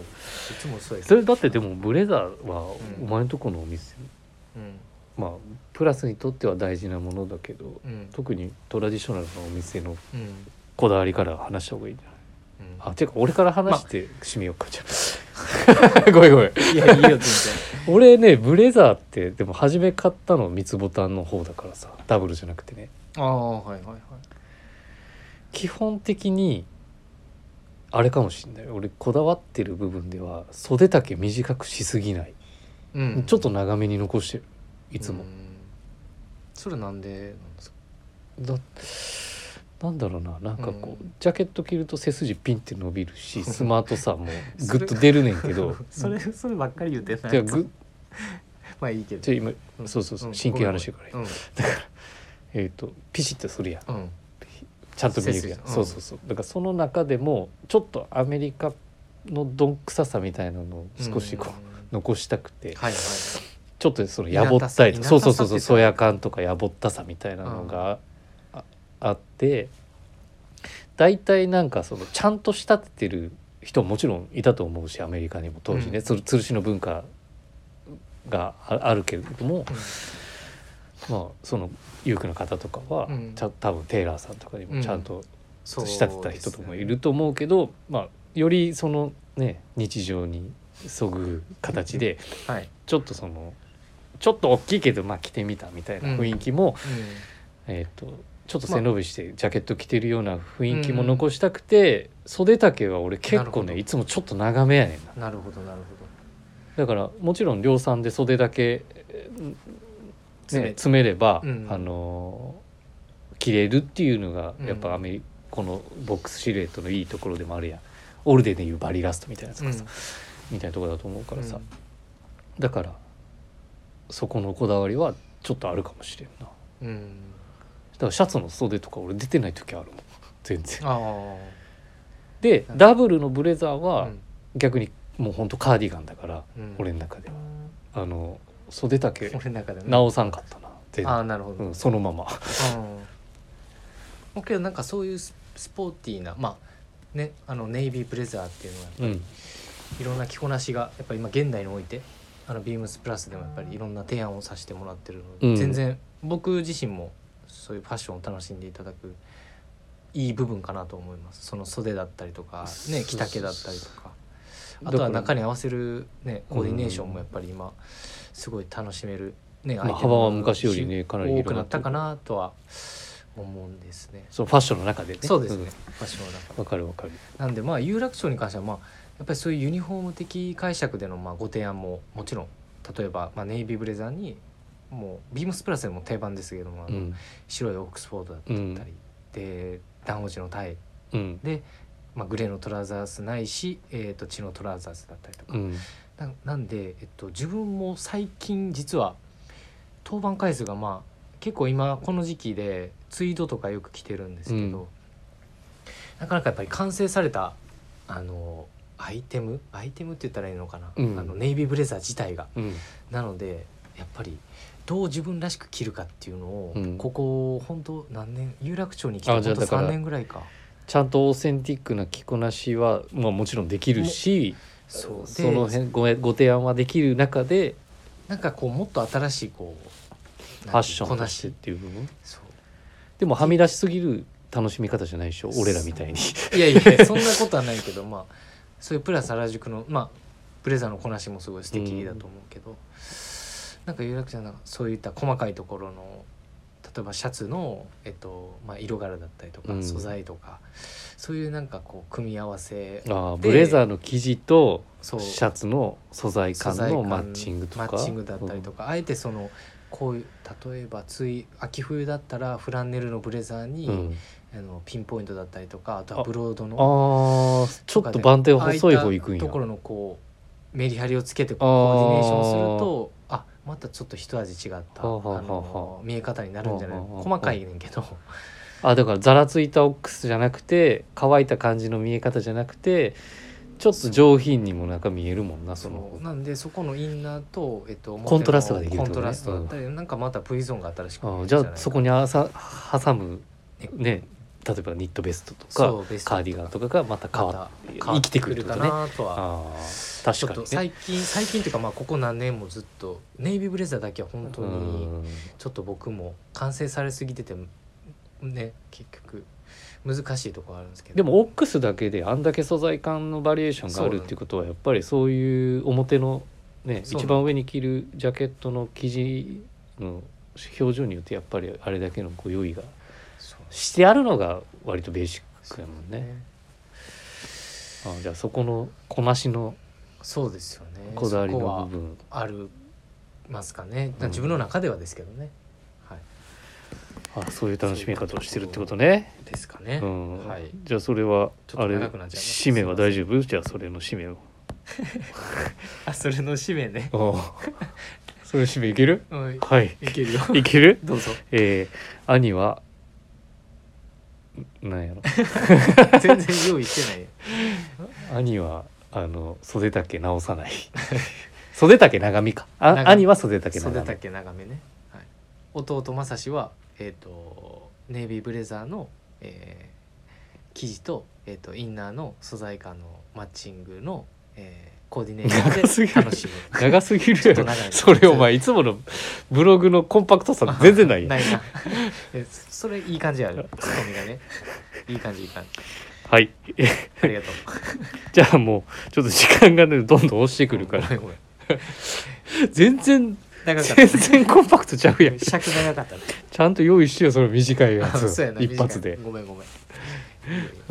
[SPEAKER 2] つもそうやけ
[SPEAKER 1] そ
[SPEAKER 2] ど
[SPEAKER 1] れだってでもブレザーは
[SPEAKER 2] うん
[SPEAKER 1] お前のとこのお店、
[SPEAKER 2] うん
[SPEAKER 1] まあプラスにとっては大事なものだけど
[SPEAKER 2] うん
[SPEAKER 1] 特にトラディショナルなお店の
[SPEAKER 2] うんうん
[SPEAKER 1] こだわりから話した方がいいんじゃないあていうか俺から話して締めようかじゃあ ごめんごめん
[SPEAKER 2] いやい いよ全然
[SPEAKER 1] 俺ねブレザーってでも初め買ったの三つボタンの方だからさダブルじゃなくてね
[SPEAKER 2] ああはいはいはい
[SPEAKER 1] 基本的にあれかもしんない俺こだわってる部分では袖丈短くしすぎない、
[SPEAKER 2] うん
[SPEAKER 1] ちょっと長めに残してるいつも
[SPEAKER 2] うん、それなんでなんですか
[SPEAKER 1] だなんだろうななんかこう、
[SPEAKER 2] うん
[SPEAKER 1] ジャケット着ると背筋ピンって伸びる しスマートさも
[SPEAKER 2] そ
[SPEAKER 1] グ
[SPEAKER 2] れ
[SPEAKER 1] ッと出るねんけど
[SPEAKER 2] それそればっかり言ってない
[SPEAKER 1] じゃあグ
[SPEAKER 2] まあいいけど
[SPEAKER 1] じゃあ今そうそうそう真剣に話してるから
[SPEAKER 2] うん
[SPEAKER 1] えっ、とピシッとするやん
[SPEAKER 2] うん、うん
[SPEAKER 1] ちゃんと見えるやん、
[SPEAKER 2] 背筋
[SPEAKER 1] そうそうそうだからその中でもちょっとアメリカのどんくささみたいなのを少しこう、
[SPEAKER 2] うん
[SPEAKER 1] 残したくて
[SPEAKER 2] はいはい
[SPEAKER 1] ちょっとそのやぼったいと
[SPEAKER 2] 稲田
[SPEAKER 1] か
[SPEAKER 2] さ
[SPEAKER 1] そうそうそう
[SPEAKER 2] 稲田さんって
[SPEAKER 1] そ
[SPEAKER 2] 言
[SPEAKER 1] う
[SPEAKER 2] ってた
[SPEAKER 1] そや感とかやぼったさみたいなのがあ,、あって大体なんかそのちゃんと仕立ててる人ももちろんいたと思うしアメリカにも当時ね、
[SPEAKER 2] うん
[SPEAKER 1] つる吊るしの文化がああるけれども、まあその裕福な方とかは、
[SPEAKER 2] うん
[SPEAKER 1] ちゃ多分テイラーさんとかにもちゃんと
[SPEAKER 2] そ
[SPEAKER 1] 仕
[SPEAKER 2] う
[SPEAKER 1] 立てた人とかもいると思うけどまあよりそのね日常にそぐ形で。
[SPEAKER 2] ですねはい、
[SPEAKER 1] ちょっとそのちょっと大きいけどまあ着てみたみたいな雰囲気も、えー、とちょっと背伸びしてジャケット着てるような雰囲気も残したくて、袖丈は俺結
[SPEAKER 2] なる
[SPEAKER 1] 構
[SPEAKER 2] ほど
[SPEAKER 1] ねいつもちょっと長めやねんな
[SPEAKER 2] うん、なるほどなるほど
[SPEAKER 1] だからもちろん量産で袖だけ、えーね、
[SPEAKER 2] 詰め
[SPEAKER 1] 詰めれば、
[SPEAKER 2] うん
[SPEAKER 1] あのー着れるっていうのが
[SPEAKER 2] うん
[SPEAKER 1] やっぱアメリこのボックスシルエットのいいところでもあるやんオルデンでいうバリラストみたいなやつとかさ、みたいなところだと思うからさ、だからそこのこだわりはちょっとあるかもしれんなだ
[SPEAKER 2] うん、うん
[SPEAKER 1] からシャツの袖とか俺出てない時あるもん全然
[SPEAKER 2] あ
[SPEAKER 1] でダブルのブレザー
[SPEAKER 2] あ、
[SPEAKER 1] は
[SPEAKER 2] うん
[SPEAKER 1] 逆にもうほんとカーディガンだから、
[SPEAKER 2] うん
[SPEAKER 1] 俺の中ではあの袖丈
[SPEAKER 2] 俺の中でね
[SPEAKER 1] 直さんかったな全
[SPEAKER 2] ああ
[SPEAKER 1] 然、
[SPEAKER 2] なるほど、
[SPEAKER 1] うん、そのまま
[SPEAKER 2] うん、けどなんかそういうススポーティーなまあねあのネイビーブレザーっていうのは
[SPEAKER 1] うん
[SPEAKER 2] いろんな着こなしがやっぱり今現代においてあのビームスプラスでもやっぱりいろんな提案をさせてもらってるので、
[SPEAKER 1] うん
[SPEAKER 2] 全然僕自身もそういうファッションを楽しんでいただくいい部分かなと思いますその袖だったりとか、
[SPEAKER 1] そう
[SPEAKER 2] ね、
[SPEAKER 1] そう
[SPEAKER 2] 着丈だったりとか
[SPEAKER 1] だから
[SPEAKER 2] あとは中に合わせる、ね、コーディネーションもやっぱり今すごい楽しめる、ね
[SPEAKER 1] まあ幅は昔よりねかなり
[SPEAKER 2] 多
[SPEAKER 1] 広
[SPEAKER 2] く
[SPEAKER 1] が
[SPEAKER 2] な
[SPEAKER 1] っ
[SPEAKER 2] ってた
[SPEAKER 1] る
[SPEAKER 2] かなとは思うんですね。
[SPEAKER 1] そのファッションの中でね
[SPEAKER 2] そうですね、
[SPEAKER 1] んわ、
[SPEAKER 2] ファッションの中で
[SPEAKER 1] かるわかる
[SPEAKER 2] なんでまあ有楽町に関してはまあやっぱりそういうユニフォーム的解釈でのまあご提案ももちろん例えばまあネイビーブレザーにもうビームスプラスでも定番ですけどもあ
[SPEAKER 1] う
[SPEAKER 2] の
[SPEAKER 1] ん
[SPEAKER 2] 白いオックスフォードだっ
[SPEAKER 1] うん
[SPEAKER 2] たり、でダンオジのタイ、
[SPEAKER 1] うん
[SPEAKER 2] まあ、グレーのトラウザースないし、えー、と血のトラウザースだったりとか、
[SPEAKER 1] うん
[SPEAKER 2] ななんで、えっと、自分も最近実は登板回数がまあ結構今この時期でツイートとかよく来てるんですけど、
[SPEAKER 1] う
[SPEAKER 2] なかなかやっぱり完成されたあのアイテムアイテムって言ったらいいのかな、
[SPEAKER 1] うん
[SPEAKER 2] あのネイビーブレザー自体が
[SPEAKER 1] うん
[SPEAKER 2] なのでやっぱりどう自分らしく着るかっていうのを、
[SPEAKER 1] うん
[SPEAKER 2] ここ本当何年有楽町に来て
[SPEAKER 1] あ
[SPEAKER 2] 本
[SPEAKER 1] じ
[SPEAKER 2] 当
[SPEAKER 1] ゃあだから
[SPEAKER 2] 3年ぐらいか
[SPEAKER 1] ちゃんとオーセンティックな着こなしは、まあ、もちろんできるし
[SPEAKER 2] そうで
[SPEAKER 1] その辺ごご提案はできる中で
[SPEAKER 2] なんかこうもっと新しいこう
[SPEAKER 1] ファッショ
[SPEAKER 2] こ
[SPEAKER 1] ン
[SPEAKER 2] な
[SPEAKER 1] としてっ
[SPEAKER 2] して
[SPEAKER 1] いう部分
[SPEAKER 2] そう
[SPEAKER 1] でもはみ出しすぎる楽しみ方じゃないでしょ俺らみたいに
[SPEAKER 2] いやいやそんなことはないけどまあそういうプラス原宿のまあブレザーのこなしもすごい素敵だと思うけど、なんか有楽町のそういった細かいところの例えばシャツの、えっとまあ、色柄だったりとか、
[SPEAKER 1] うん
[SPEAKER 2] 素材とかそういうなんかこう組み合わせ
[SPEAKER 1] ああ
[SPEAKER 2] で
[SPEAKER 1] ブレザーの生地と
[SPEAKER 2] そう
[SPEAKER 1] シャツの素材感のマッチングとか
[SPEAKER 2] マッチングだったりとか、あえてそのこういう例えばつい秋冬だったらフランネルのブレザーに、
[SPEAKER 1] うん
[SPEAKER 2] あのピンポイントだったりとかあとはブロードの
[SPEAKER 1] ああちょっと番手細い方行くん
[SPEAKER 2] と
[SPEAKER 1] や
[SPEAKER 2] ころのこうメリハリをつけてコ
[SPEAKER 1] あー
[SPEAKER 2] ーディネーションするとあまたちょっと一味違った
[SPEAKER 1] はあ
[SPEAKER 2] あ
[SPEAKER 1] はあはあ
[SPEAKER 2] の見え方になるんじゃない
[SPEAKER 1] はあはあはあ
[SPEAKER 2] 細かいねんけど
[SPEAKER 1] あだからざらついたオックスじゃなくて乾いた感じの見え方じゃなくてちょっと上品にもなんか見えるもんなその
[SPEAKER 2] そうなんでそこのインナーと、えっと、
[SPEAKER 1] コントラストができるっ
[SPEAKER 2] コ
[SPEAKER 1] て
[SPEAKER 2] ン
[SPEAKER 1] こと
[SPEAKER 2] ト
[SPEAKER 1] ね
[SPEAKER 2] ラストだったり、なんかまた V ゾーンが新しく
[SPEAKER 1] ああじゃあそこ
[SPEAKER 2] に
[SPEAKER 1] にあさ挟むね例えばニットベストとかカーディガンとかがまた変わっ
[SPEAKER 2] って
[SPEAKER 1] 生きてくるってこ
[SPEAKER 2] か
[SPEAKER 1] とね
[SPEAKER 2] なとは
[SPEAKER 1] ああ
[SPEAKER 2] ちょっ
[SPEAKER 1] 確
[SPEAKER 2] と
[SPEAKER 1] かにね
[SPEAKER 2] 最近最近というかまあここ何年もずっとネイビーブレザーだけは本当に
[SPEAKER 1] うん
[SPEAKER 2] ちょっと僕も完成されすぎててね結局難しいところあるんですけど
[SPEAKER 1] でもオックスだけであんだけ素材感のバリエーションがあるっていうことはやっぱりそういう表のね
[SPEAKER 2] そうなの
[SPEAKER 1] 一番上に着るジャケットの生地の表情によってやっぱりあれだけのご用意が
[SPEAKER 2] そう
[SPEAKER 1] してあるのが割とベーシックやもんね。あじゃあそこのこなしの
[SPEAKER 2] そうですよね
[SPEAKER 1] こだわり
[SPEAKER 2] そ
[SPEAKER 1] の部
[SPEAKER 2] は
[SPEAKER 1] 分
[SPEAKER 2] ありますかね
[SPEAKER 1] うん
[SPEAKER 2] 自分の中ではですけどね、はい
[SPEAKER 1] あそういう楽しみ方をしてるってことね。
[SPEAKER 2] ですかね、
[SPEAKER 1] うん
[SPEAKER 2] はい
[SPEAKER 1] じゃあそれは
[SPEAKER 2] ちょっ
[SPEAKER 1] あ
[SPEAKER 2] と
[SPEAKER 1] れ
[SPEAKER 2] 長くなっちゃいます
[SPEAKER 1] 使命は大丈夫じゃあそれの使命を。
[SPEAKER 2] あそれの使命ね
[SPEAKER 1] ああそれ使命いける
[SPEAKER 2] うん
[SPEAKER 1] はい。
[SPEAKER 2] い けるよ
[SPEAKER 1] いける
[SPEAKER 2] どうぞ
[SPEAKER 1] えー、兄はんなんやろ
[SPEAKER 2] 全然用意してない
[SPEAKER 1] 兄はあの袖丈直さ ない袖丈長みかあ
[SPEAKER 2] 長み
[SPEAKER 1] 兄は袖丈長
[SPEAKER 2] 袖
[SPEAKER 1] み
[SPEAKER 2] 丈長めね、はい、弟正志はえっ、とネイビーブレザーの、えー生地と,、えー、とインナーの素材感のマッチングの、えーコーディネーシ
[SPEAKER 1] 長すぎ
[SPEAKER 2] ョン
[SPEAKER 1] る
[SPEAKER 2] で楽しむ
[SPEAKER 1] 長すぎるや
[SPEAKER 2] ちょ
[SPEAKER 1] ろ
[SPEAKER 2] っと長い
[SPEAKER 1] それお前いつものブログのコンパクト さ全然ないやん
[SPEAKER 2] ないなえそれいい感じあるツッコミがねいい感じいい感じ
[SPEAKER 1] はいえ
[SPEAKER 2] ありがとう
[SPEAKER 1] じゃあもうちょっと時間がねどんどん押してくるから
[SPEAKER 2] ごめんごめん
[SPEAKER 1] 全然
[SPEAKER 2] 長 かった
[SPEAKER 1] 全然コンパクトちゃうやんち
[SPEAKER 2] 尺長かったね
[SPEAKER 1] ゃんと用意してよその短いやつ
[SPEAKER 2] そうやな
[SPEAKER 1] 一発で
[SPEAKER 2] 短いごめんごめん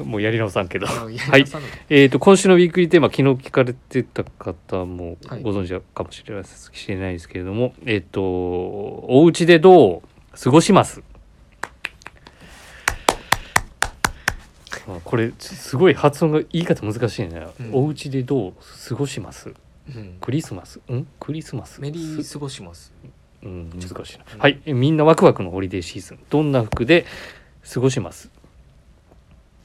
[SPEAKER 1] もうやり直さんけど
[SPEAKER 2] あの
[SPEAKER 1] はい
[SPEAKER 2] やり直さんの
[SPEAKER 1] えー、と今週のウィークリーテーマ昨日聞かれてた方も
[SPEAKER 2] はい
[SPEAKER 1] ご存知かもしれないですしれないですけれども、えっ、とお家でどう過ごしますあこれちょすごい発音が言い方難しいね、
[SPEAKER 2] うん
[SPEAKER 1] お家でどう過ごします
[SPEAKER 2] うん
[SPEAKER 1] クリスマスんクリスマス
[SPEAKER 2] メリー
[SPEAKER 1] す
[SPEAKER 2] 過ごします
[SPEAKER 1] うん難しいな、
[SPEAKER 2] うん
[SPEAKER 1] はいえみんなワクワクのホリデーシーズンどんな服で過ごします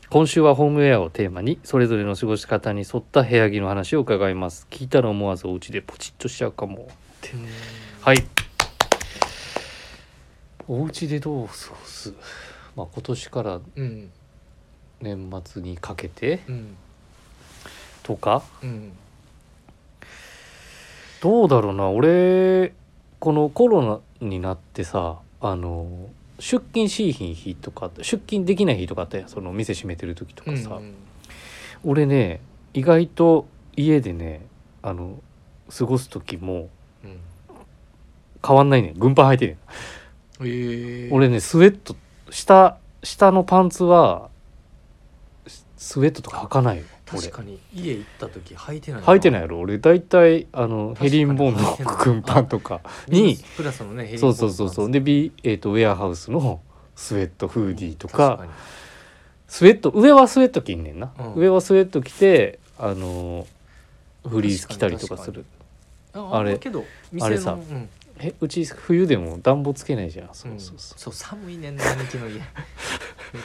[SPEAKER 1] 今週はホームウェアをテーマにそれぞれの過ごし方に沿った部屋着の話を伺います聞いたら思わずお家でポチッとしちゃうかもはいいお家でどう過ごす、まあ、今年から
[SPEAKER 2] うん
[SPEAKER 1] 年末にかけて
[SPEAKER 2] うん
[SPEAKER 1] とか
[SPEAKER 2] うん
[SPEAKER 1] どうだろうな俺このコロナになってさあの出勤しいひん日とか出勤できない日とかあったやんその店閉めてる時とかさ、
[SPEAKER 2] うん
[SPEAKER 1] 俺ね意外と家でねあの過ごす時も
[SPEAKER 2] うん
[SPEAKER 1] 変わんないね軍パン履いてる
[SPEAKER 2] えー、
[SPEAKER 1] 俺ねスウェット下下のパンツはススウェットとか履かないよ俺
[SPEAKER 2] 確かに家行った時履いてない
[SPEAKER 1] 履いてないいやろ俺大体あのヘリンボーンの
[SPEAKER 2] 確かに履いてない
[SPEAKER 1] 軍パンとかに
[SPEAKER 2] プラスのねヘリ
[SPEAKER 1] そうそうそうそうで、ビえー、とウェアハウスのスウェットフーディーとか
[SPEAKER 2] 確に
[SPEAKER 1] スウェット上はスウェット着んねんな、
[SPEAKER 2] うん
[SPEAKER 1] 上はスウェット着てあのーフリース着たりとかする
[SPEAKER 2] あ
[SPEAKER 1] あれ
[SPEAKER 2] けど店の
[SPEAKER 1] あれさ
[SPEAKER 2] うん
[SPEAKER 1] えうち冬でも暖房つけないじゃんそうそうそう
[SPEAKER 2] うん、そう寒いねんな兄貴の家 めっ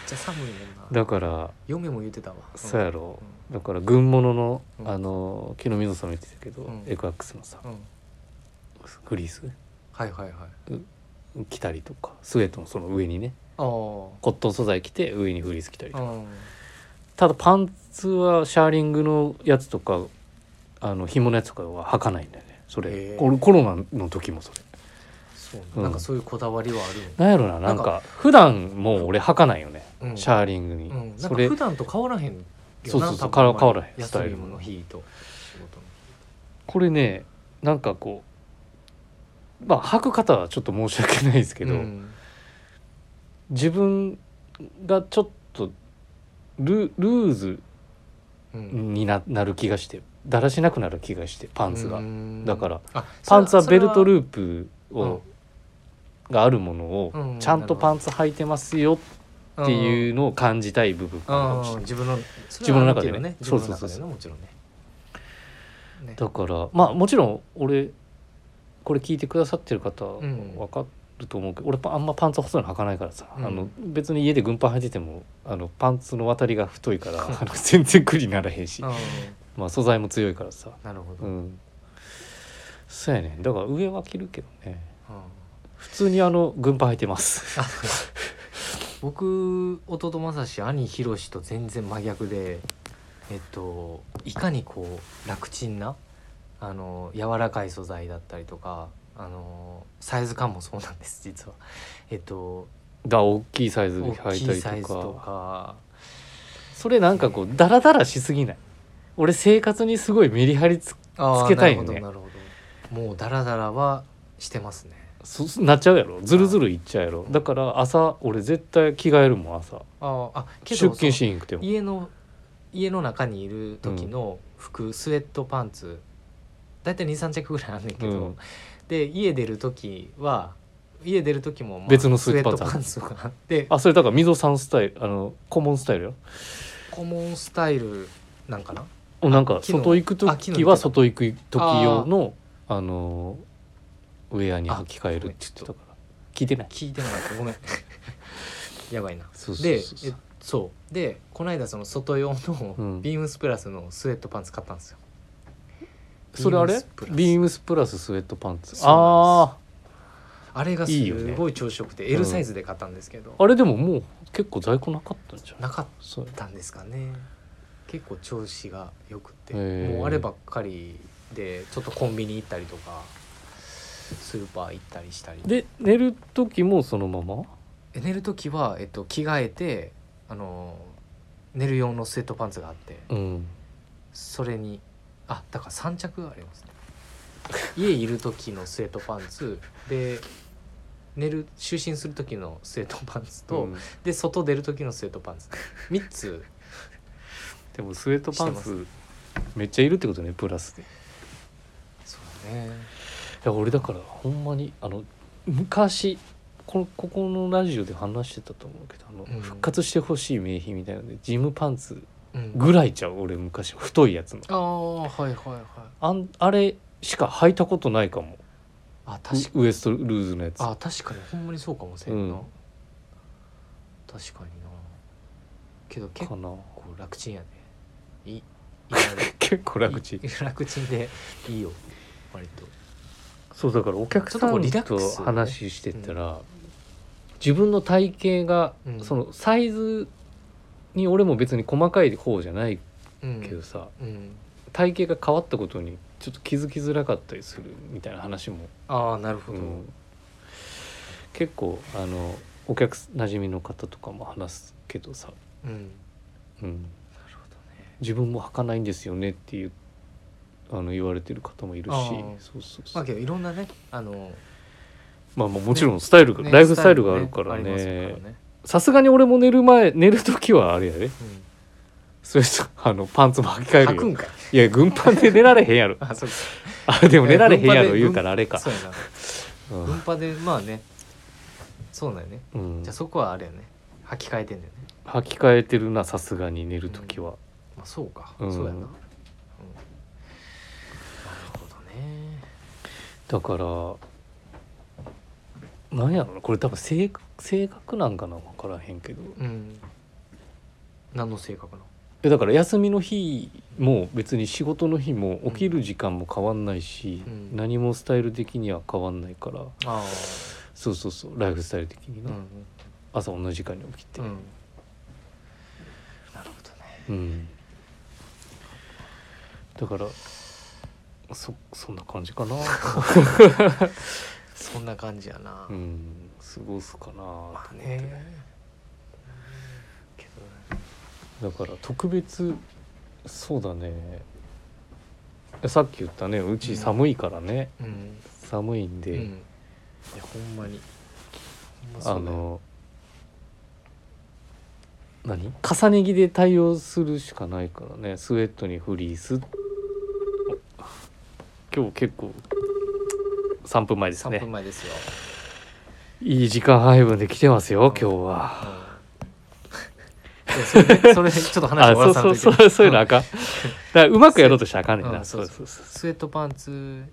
[SPEAKER 2] ちゃ寒いねんな
[SPEAKER 1] だから
[SPEAKER 2] 嫁も言ってたわ
[SPEAKER 1] そうやろ
[SPEAKER 2] う
[SPEAKER 1] だから軍物の、
[SPEAKER 2] うん
[SPEAKER 1] あのー昨日水野さんも言ってたけど、
[SPEAKER 2] うん
[SPEAKER 1] エクアックスのさ
[SPEAKER 2] んうん
[SPEAKER 1] フリース
[SPEAKER 2] はいはいはいあ
[SPEAKER 1] 着たりとかスウェットのその上にね
[SPEAKER 2] あ
[SPEAKER 1] コットン素材着て上にフリース着たりとか
[SPEAKER 2] うん
[SPEAKER 1] ただパンツはシャーリングのやつとかあの紐のやつとかは履かないんだよねそ
[SPEAKER 2] へ
[SPEAKER 1] れ
[SPEAKER 2] え
[SPEAKER 1] コロコロナの時もそれ
[SPEAKER 2] そうね
[SPEAKER 1] うん
[SPEAKER 2] なんかそういうこだわりはあるん
[SPEAKER 1] なんやろななん
[SPEAKER 2] なん
[SPEAKER 1] か
[SPEAKER 2] か
[SPEAKER 1] 普段もう俺履かないよね、
[SPEAKER 2] うん
[SPEAKER 1] シャーリングに、
[SPEAKER 2] うん、なん
[SPEAKER 1] そ
[SPEAKER 2] か
[SPEAKER 1] れ
[SPEAKER 2] 普段と変わらへんよな
[SPEAKER 1] そうそうそう
[SPEAKER 2] 多分
[SPEAKER 1] 変わらへんス
[SPEAKER 2] 休
[SPEAKER 1] タイル
[SPEAKER 2] み
[SPEAKER 1] も
[SPEAKER 2] の日と仕事の
[SPEAKER 1] これねなんかこうまあ履く方はちょっと申し訳ないですけど、
[SPEAKER 2] うん
[SPEAKER 1] 自分がちょっとルルーズ
[SPEAKER 2] うん
[SPEAKER 1] にななる気がしてだらしなくなる気がしてパンツが、
[SPEAKER 2] うん
[SPEAKER 1] だから
[SPEAKER 2] あ
[SPEAKER 1] パンツはベルト
[SPEAKER 2] ー
[SPEAKER 1] ループを、があるもの
[SPEAKER 2] う
[SPEAKER 1] を
[SPEAKER 2] ん
[SPEAKER 1] ちゃんとパンツ履いてますよっていうのを感じたい部分かもしれない
[SPEAKER 2] 自分の
[SPEAKER 1] 自分の中でね
[SPEAKER 2] それはある
[SPEAKER 1] そう
[SPEAKER 2] けどね自分の
[SPEAKER 1] そうそ
[SPEAKER 2] 中
[SPEAKER 1] う
[SPEAKER 2] でねもちろんねね
[SPEAKER 1] だからまあもちろん俺これ聞いてくださってる方わ
[SPEAKER 2] ん
[SPEAKER 1] かると思うけど、俺パあんまパンツ細いの履かないからさ、
[SPEAKER 2] うん
[SPEAKER 1] あの別に家で軍パン履いててもあのパンツの渡りが太いから あの全然苦にならへんし、
[SPEAKER 2] うん
[SPEAKER 1] まあ、素材も強いからさ
[SPEAKER 2] なるほど、
[SPEAKER 1] う
[SPEAKER 2] うん
[SPEAKER 1] んそうやねだから上は着るけどね普通にあの軍パン履いてます
[SPEAKER 2] 僕弟正志兄ひろしと全然真逆でえっといかにこう楽ちんなあの柔らかい素材だったりとかあのサイズ感もそうなんです実は。えっと
[SPEAKER 1] が大きいサイズ
[SPEAKER 2] 大
[SPEAKER 1] 履
[SPEAKER 2] きい
[SPEAKER 1] いた
[SPEAKER 2] サ
[SPEAKER 1] り
[SPEAKER 2] イズ
[SPEAKER 1] とか
[SPEAKER 2] とか
[SPEAKER 1] それなんかこうダラダラしすぎない俺生活にすごいメリハリつ
[SPEAKER 2] あー
[SPEAKER 1] つけたいよね
[SPEAKER 2] なるほどなるほどもうダラダラはしてますね。
[SPEAKER 1] そそなっちゃうやろずるずるいっちゃうやろ
[SPEAKER 2] うん
[SPEAKER 1] だから朝俺絶対着替えるもん朝
[SPEAKER 2] あーあ
[SPEAKER 1] 出
[SPEAKER 2] けど
[SPEAKER 1] 勤しに行くても
[SPEAKER 2] 家の家の中にいる時の服、スウェットパンツ大体23着ぐらいあんねんけど、
[SPEAKER 1] うん
[SPEAKER 2] で家出る時は家出る時も、まあ
[SPEAKER 1] 別のスウェットパン
[SPEAKER 2] スウェットパンツがあって
[SPEAKER 1] あそれだから溝さんスタイルあのコモンスタイルよ
[SPEAKER 2] コモンスタイルなんかな
[SPEAKER 1] おなんか
[SPEAKER 2] 昨日
[SPEAKER 1] 外行く
[SPEAKER 2] あ昨日
[SPEAKER 1] 時
[SPEAKER 2] 見て
[SPEAKER 1] は
[SPEAKER 2] た
[SPEAKER 1] 外行く時用のあのウェアに履き替えるって言ってたから聞いてない
[SPEAKER 2] 聞いてなかったご めんやばいな
[SPEAKER 1] そうそう
[SPEAKER 2] で
[SPEAKER 1] そうそう
[SPEAKER 2] えそうでこの間その外用の
[SPEAKER 1] うん
[SPEAKER 2] ビームスプラスのスウェットパンツ買ったんですよ、
[SPEAKER 1] それあれビ
[SPEAKER 2] ビ
[SPEAKER 1] ー
[SPEAKER 2] ームスプラス
[SPEAKER 1] ムスプラススウェットパンツ
[SPEAKER 2] そうなん
[SPEAKER 1] あ
[SPEAKER 2] あれが
[SPEAKER 1] いいよ
[SPEAKER 2] す
[SPEAKER 1] ね
[SPEAKER 2] ごい調子よくて L サイズで買ったんですけど、
[SPEAKER 1] ああれでももう結構在庫なかったんじゃない
[SPEAKER 2] なかった
[SPEAKER 1] そう
[SPEAKER 2] ったんですかね結構調子が良くて
[SPEAKER 1] へー
[SPEAKER 2] もうあればっかりでちょっとコンビニ行ったりとかスーパー行ったりしたり
[SPEAKER 1] で寝る時もそのまま
[SPEAKER 2] え寝る時は、えっと、着替えてあの寝る用のスウェットパンツがあって
[SPEAKER 1] うん
[SPEAKER 2] それにあだから3着ありますね家いる時のスウェットパンツで寝る就寝する時のスウェットパンツと、
[SPEAKER 1] うん
[SPEAKER 2] で外出る時のスウェットパンツ3つ
[SPEAKER 1] でもスウェットパン
[SPEAKER 2] して
[SPEAKER 1] ツめっちゃいるってことねプラスでい
[SPEAKER 2] そうだね
[SPEAKER 1] や俺だからほんまにあの昔このここのラジオで話してたと思うけどあの、
[SPEAKER 2] うん
[SPEAKER 1] 復活してほしい名品みたいなのでジムパンツ
[SPEAKER 2] うん
[SPEAKER 1] ぐらいちゃう俺昔太いやつの
[SPEAKER 2] ああはいはいはい
[SPEAKER 1] あんあれしか履いたことないかも
[SPEAKER 2] あ確かに
[SPEAKER 1] ウウエストルーズのやつ
[SPEAKER 2] あ確かにほんまにそうかもしれんな、
[SPEAKER 1] うん
[SPEAKER 2] 確かになけど結
[SPEAKER 1] か
[SPEAKER 2] 構
[SPEAKER 1] な
[SPEAKER 2] 楽ちんやねいい
[SPEAKER 1] 結構 楽ちん
[SPEAKER 2] い楽ちんでいいよ割と
[SPEAKER 1] そうだからお客さ
[SPEAKER 2] ちょっとこうんリラック
[SPEAKER 1] と
[SPEAKER 2] ス
[SPEAKER 1] 話してたら、自分の体型が、
[SPEAKER 2] うん
[SPEAKER 1] そのサイズに俺も別に細かい方じゃない
[SPEAKER 2] うん
[SPEAKER 1] けどさ、
[SPEAKER 2] うん
[SPEAKER 1] 体型が変わったことにちょっと気づきづらかったりするみたいな話も、
[SPEAKER 2] ああなるほ
[SPEAKER 1] う
[SPEAKER 2] ど、
[SPEAKER 1] ん結構あのお客す馴染みの方とかも話すけどさ、
[SPEAKER 2] うん
[SPEAKER 1] うん、
[SPEAKER 2] なるほどね
[SPEAKER 1] 自分も履かないんですよねっていうあの言われてる方もいるし
[SPEAKER 2] ああ
[SPEAKER 1] そうそうそ
[SPEAKER 2] ま
[SPEAKER 1] う
[SPEAKER 2] あけどいろんなねあの、
[SPEAKER 1] まあまあもちろんスタイルが、
[SPEAKER 2] ね
[SPEAKER 1] ライフスタイルがあるから
[SPEAKER 2] スタイル
[SPEAKER 1] ね
[SPEAKER 2] もねありますからね
[SPEAKER 1] さすがに俺も寝る前寝る時はあれやで、
[SPEAKER 2] うん
[SPEAKER 1] それとあのパンツも履き替え
[SPEAKER 2] 吐
[SPEAKER 1] る
[SPEAKER 2] く
[SPEAKER 1] よ
[SPEAKER 2] んかい
[SPEAKER 1] いや軍パンで寝られへん やろ
[SPEAKER 2] あそうか
[SPEAKER 1] あでも寝られへんや
[SPEAKER 2] い
[SPEAKER 1] ろ
[SPEAKER 2] や軍パンで
[SPEAKER 1] 言うたらあれか
[SPEAKER 2] そうやな
[SPEAKER 1] う
[SPEAKER 2] 分
[SPEAKER 1] ん
[SPEAKER 2] 派でまあねそうなんよね
[SPEAKER 1] うん
[SPEAKER 2] じゃあそこはあれやね履き替えてんだよね
[SPEAKER 1] 履き替えてるなさすがに寝る時は、
[SPEAKER 2] まあそうか、
[SPEAKER 1] うん
[SPEAKER 2] そうやな、うん、なるほどね
[SPEAKER 1] だからなんやろなこれ多分性格性格なんかな分からへんけど
[SPEAKER 2] うん何の性格の
[SPEAKER 1] えだから休みの日も別に仕事の日も起きる時間も変わんないし、
[SPEAKER 2] うん
[SPEAKER 1] 何もスタイル的には変わんないから
[SPEAKER 2] ああ
[SPEAKER 1] そうそうそうライフスタイル的に
[SPEAKER 2] う
[SPEAKER 1] な、
[SPEAKER 2] ん
[SPEAKER 1] 朝同じ時間に起きて、
[SPEAKER 2] うんなるほどね
[SPEAKER 1] うんだからそそんな感じか な
[SPEAKER 2] そんな感じやな、
[SPEAKER 1] うん過ごすかなと思
[SPEAKER 2] ま
[SPEAKER 1] っ
[SPEAKER 2] あ
[SPEAKER 1] て、
[SPEAKER 2] ねけど
[SPEAKER 1] だから特別そうだねさっき言ったねうち寒いからね、
[SPEAKER 2] うん
[SPEAKER 1] 寒いんで、
[SPEAKER 2] うんいやほんまにほんまそう
[SPEAKER 1] あ
[SPEAKER 2] だよ
[SPEAKER 1] の何重ね着で対応するしかないからねスウェットにフリースお今日結構3分前です
[SPEAKER 2] 3
[SPEAKER 1] ね
[SPEAKER 2] 分前ですよ、
[SPEAKER 1] いい時間配分で来てますよ今日は。
[SPEAKER 2] うんいやそれ ねそれちょっと話
[SPEAKER 1] あ
[SPEAKER 2] 終わ
[SPEAKER 1] そう
[SPEAKER 2] らさん
[SPEAKER 1] そ
[SPEAKER 2] と
[SPEAKER 1] う
[SPEAKER 2] いて
[SPEAKER 1] そうそういうのあかんだからうまくやろうとしたらあかんねん
[SPEAKER 2] う
[SPEAKER 1] なんそう
[SPEAKER 2] そ
[SPEAKER 1] そうそう
[SPEAKER 2] スウェットパンツ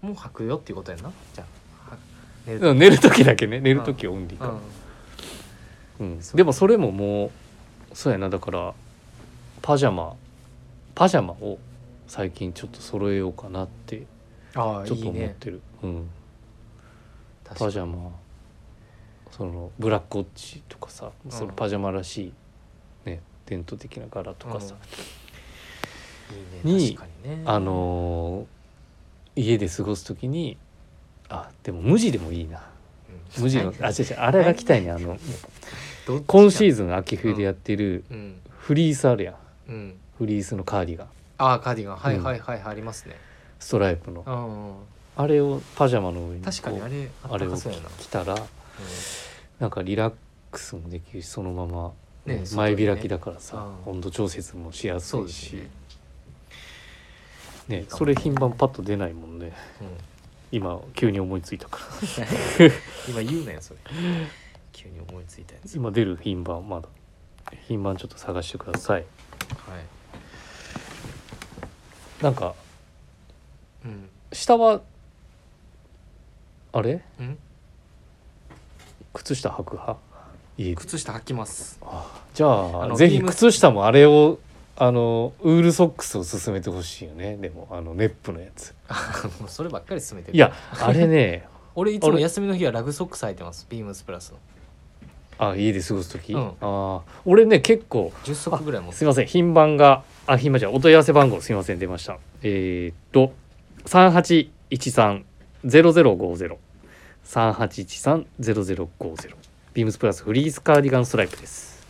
[SPEAKER 2] も履くよっていうことやんなじゃあは寝る
[SPEAKER 1] うん寝る時だけね寝る時オンリー
[SPEAKER 2] う
[SPEAKER 1] か
[SPEAKER 2] ん、
[SPEAKER 1] うん、でもそれももうそうやなだからパジャマパジャマを最近ちょっと揃えようかなって
[SPEAKER 2] ああ
[SPEAKER 1] ちょっ
[SPEAKER 2] い
[SPEAKER 1] と
[SPEAKER 2] い
[SPEAKER 1] 思っ
[SPEAKER 2] ね
[SPEAKER 1] てるうん、
[SPEAKER 2] 確か
[SPEAKER 1] パ
[SPEAKER 2] に
[SPEAKER 1] ジャマそのブラックウォッチとかさ、
[SPEAKER 2] ん
[SPEAKER 1] そのパジャマらしい、ね、伝統的な柄とかさ、
[SPEAKER 2] うんいい
[SPEAKER 1] に
[SPEAKER 2] ね確かにね
[SPEAKER 1] あのー家で過ごす時にあでも無地でもいいな
[SPEAKER 2] うん
[SPEAKER 1] 無地のあ違う違うあれが来たいねあの
[SPEAKER 2] どっちか
[SPEAKER 1] 今シーズン秋冬でやってる
[SPEAKER 2] うん
[SPEAKER 1] フリースあるやん
[SPEAKER 2] うん
[SPEAKER 1] フリースのカーディガン
[SPEAKER 2] ああカーディガンはいはいはいはいありますね
[SPEAKER 1] ストライプの
[SPEAKER 2] うんうん
[SPEAKER 1] あれをパジャマの上にこう
[SPEAKER 2] 確かにあれあ
[SPEAKER 1] あ
[SPEAKER 2] れ
[SPEAKER 1] れを
[SPEAKER 2] か
[SPEAKER 1] 着
[SPEAKER 2] そうやな
[SPEAKER 1] 着たらなんかリラックスもできるしそのまま、
[SPEAKER 2] ね
[SPEAKER 1] ね
[SPEAKER 2] 外
[SPEAKER 1] 前
[SPEAKER 2] でね
[SPEAKER 1] 開きだからさ、
[SPEAKER 2] うん
[SPEAKER 1] 温度調節もしやす
[SPEAKER 2] そう
[SPEAKER 1] い
[SPEAKER 2] です
[SPEAKER 1] し
[SPEAKER 2] ね
[SPEAKER 1] ね
[SPEAKER 2] いいかも
[SPEAKER 1] それ頻繁パッと出ないもんね
[SPEAKER 2] うんうん
[SPEAKER 1] 今急に思いついたから
[SPEAKER 2] 今言うなよ それ急に思いついたやつ
[SPEAKER 1] 今出る頻繁まだ頻繁ちょっと探してください
[SPEAKER 2] はい
[SPEAKER 1] なんか
[SPEAKER 2] うん
[SPEAKER 1] 下はあれ
[SPEAKER 2] うん
[SPEAKER 1] 靴下履く派家で
[SPEAKER 2] 靴下履きます
[SPEAKER 1] あじゃ
[SPEAKER 2] あ
[SPEAKER 1] あ
[SPEAKER 2] の
[SPEAKER 1] ぜ
[SPEAKER 2] ビ
[SPEAKER 1] ひ
[SPEAKER 2] ーム
[SPEAKER 1] 靴下もあれをあのウールソックスを勧めてほしいよねでもあのネップのやつ
[SPEAKER 2] もうそればっかり進めてる
[SPEAKER 1] いやあれ ね
[SPEAKER 2] 俺いつも
[SPEAKER 1] 俺
[SPEAKER 2] 休みの日はラグソックス履いてますビームスプラスの
[SPEAKER 1] あ家で過ごす時、
[SPEAKER 2] う
[SPEAKER 1] あ
[SPEAKER 2] ん
[SPEAKER 1] あ俺ね結構
[SPEAKER 2] 10足ぐらい持って
[SPEAKER 1] すいません品番があ品番じゃないお問い合わせ番号すいません出ましたえー、っと38130050 38130050ビームスプラスフリースカーディガンストライプです、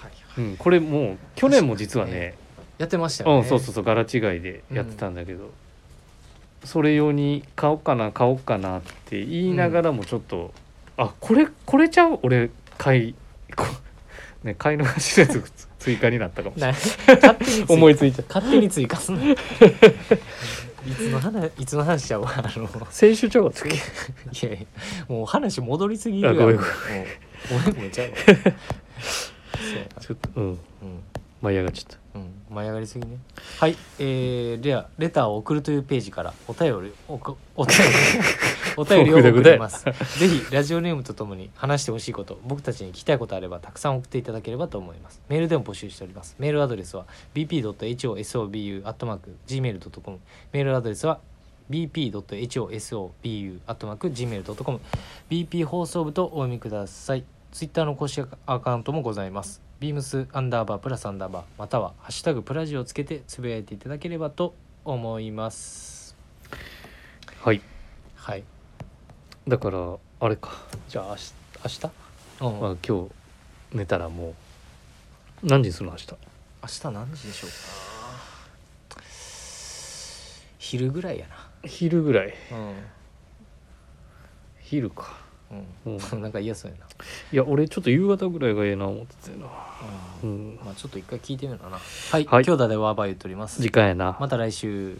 [SPEAKER 2] はいはい
[SPEAKER 1] うん、これもう去年も実はね
[SPEAKER 2] やってましたよ
[SPEAKER 1] う
[SPEAKER 2] ね
[SPEAKER 1] ん、そうそうそう柄違いでやってたんだけど、それ用に買おうかな買おうかなって言いながらもちょっと、あこれこれちゃう俺買いこね買い逃しのやつ追加になったかもしれない
[SPEAKER 2] な勝手に
[SPEAKER 1] 思
[SPEAKER 2] 思い
[SPEAKER 1] いついちゃう
[SPEAKER 2] 勝手に追加すん ないつの話いつの話やわあの
[SPEAKER 1] 先週ちゃうかったっけ
[SPEAKER 2] いやいやもう話戻りすぎるや
[SPEAKER 1] あごめんごめん
[SPEAKER 2] もう俺もち ゃうわそうやな
[SPEAKER 1] ちょっとうん
[SPEAKER 2] うん
[SPEAKER 1] 舞い上がっちゃった
[SPEAKER 2] うん、舞い上がりすぎねはいえー、ではレターを送るというページからお便りおこお 便りお便りを送りますぜひラジオネームとともに話してほしいこと僕たちに聞きたいことあればたくさん送っていただければと思いますメールでも募集しておりますメールアドレスは bp.hosobu.gmail.com メールアドレスは bp.hosobu.gmail.com bp 放送部とお読みくださいツイッターの公式アカウントもございますビームスアンダーバープラスアンダーバーまたはハッシュタグプラジをつけてつぶやいていただければと思います
[SPEAKER 1] はい
[SPEAKER 2] はい
[SPEAKER 1] だからあれかじゃあ明日明日、
[SPEAKER 2] うん
[SPEAKER 1] まあ、今日寝たらもう何時にするの明日
[SPEAKER 2] 明日何時でしょうか昼ぐらいや
[SPEAKER 1] 昼ぐらい
[SPEAKER 2] な
[SPEAKER 1] 昼か
[SPEAKER 2] うん、
[SPEAKER 1] う
[SPEAKER 2] うん、なんか嫌そうやな、
[SPEAKER 1] いや俺ちょっと夕方ぐらいがええな思っててな
[SPEAKER 2] うん
[SPEAKER 1] うん
[SPEAKER 2] まあちょっと一回聞いてみるかなはい、
[SPEAKER 1] はい
[SPEAKER 2] 兄弟でワーバー言っております
[SPEAKER 1] 時間やな
[SPEAKER 2] また来週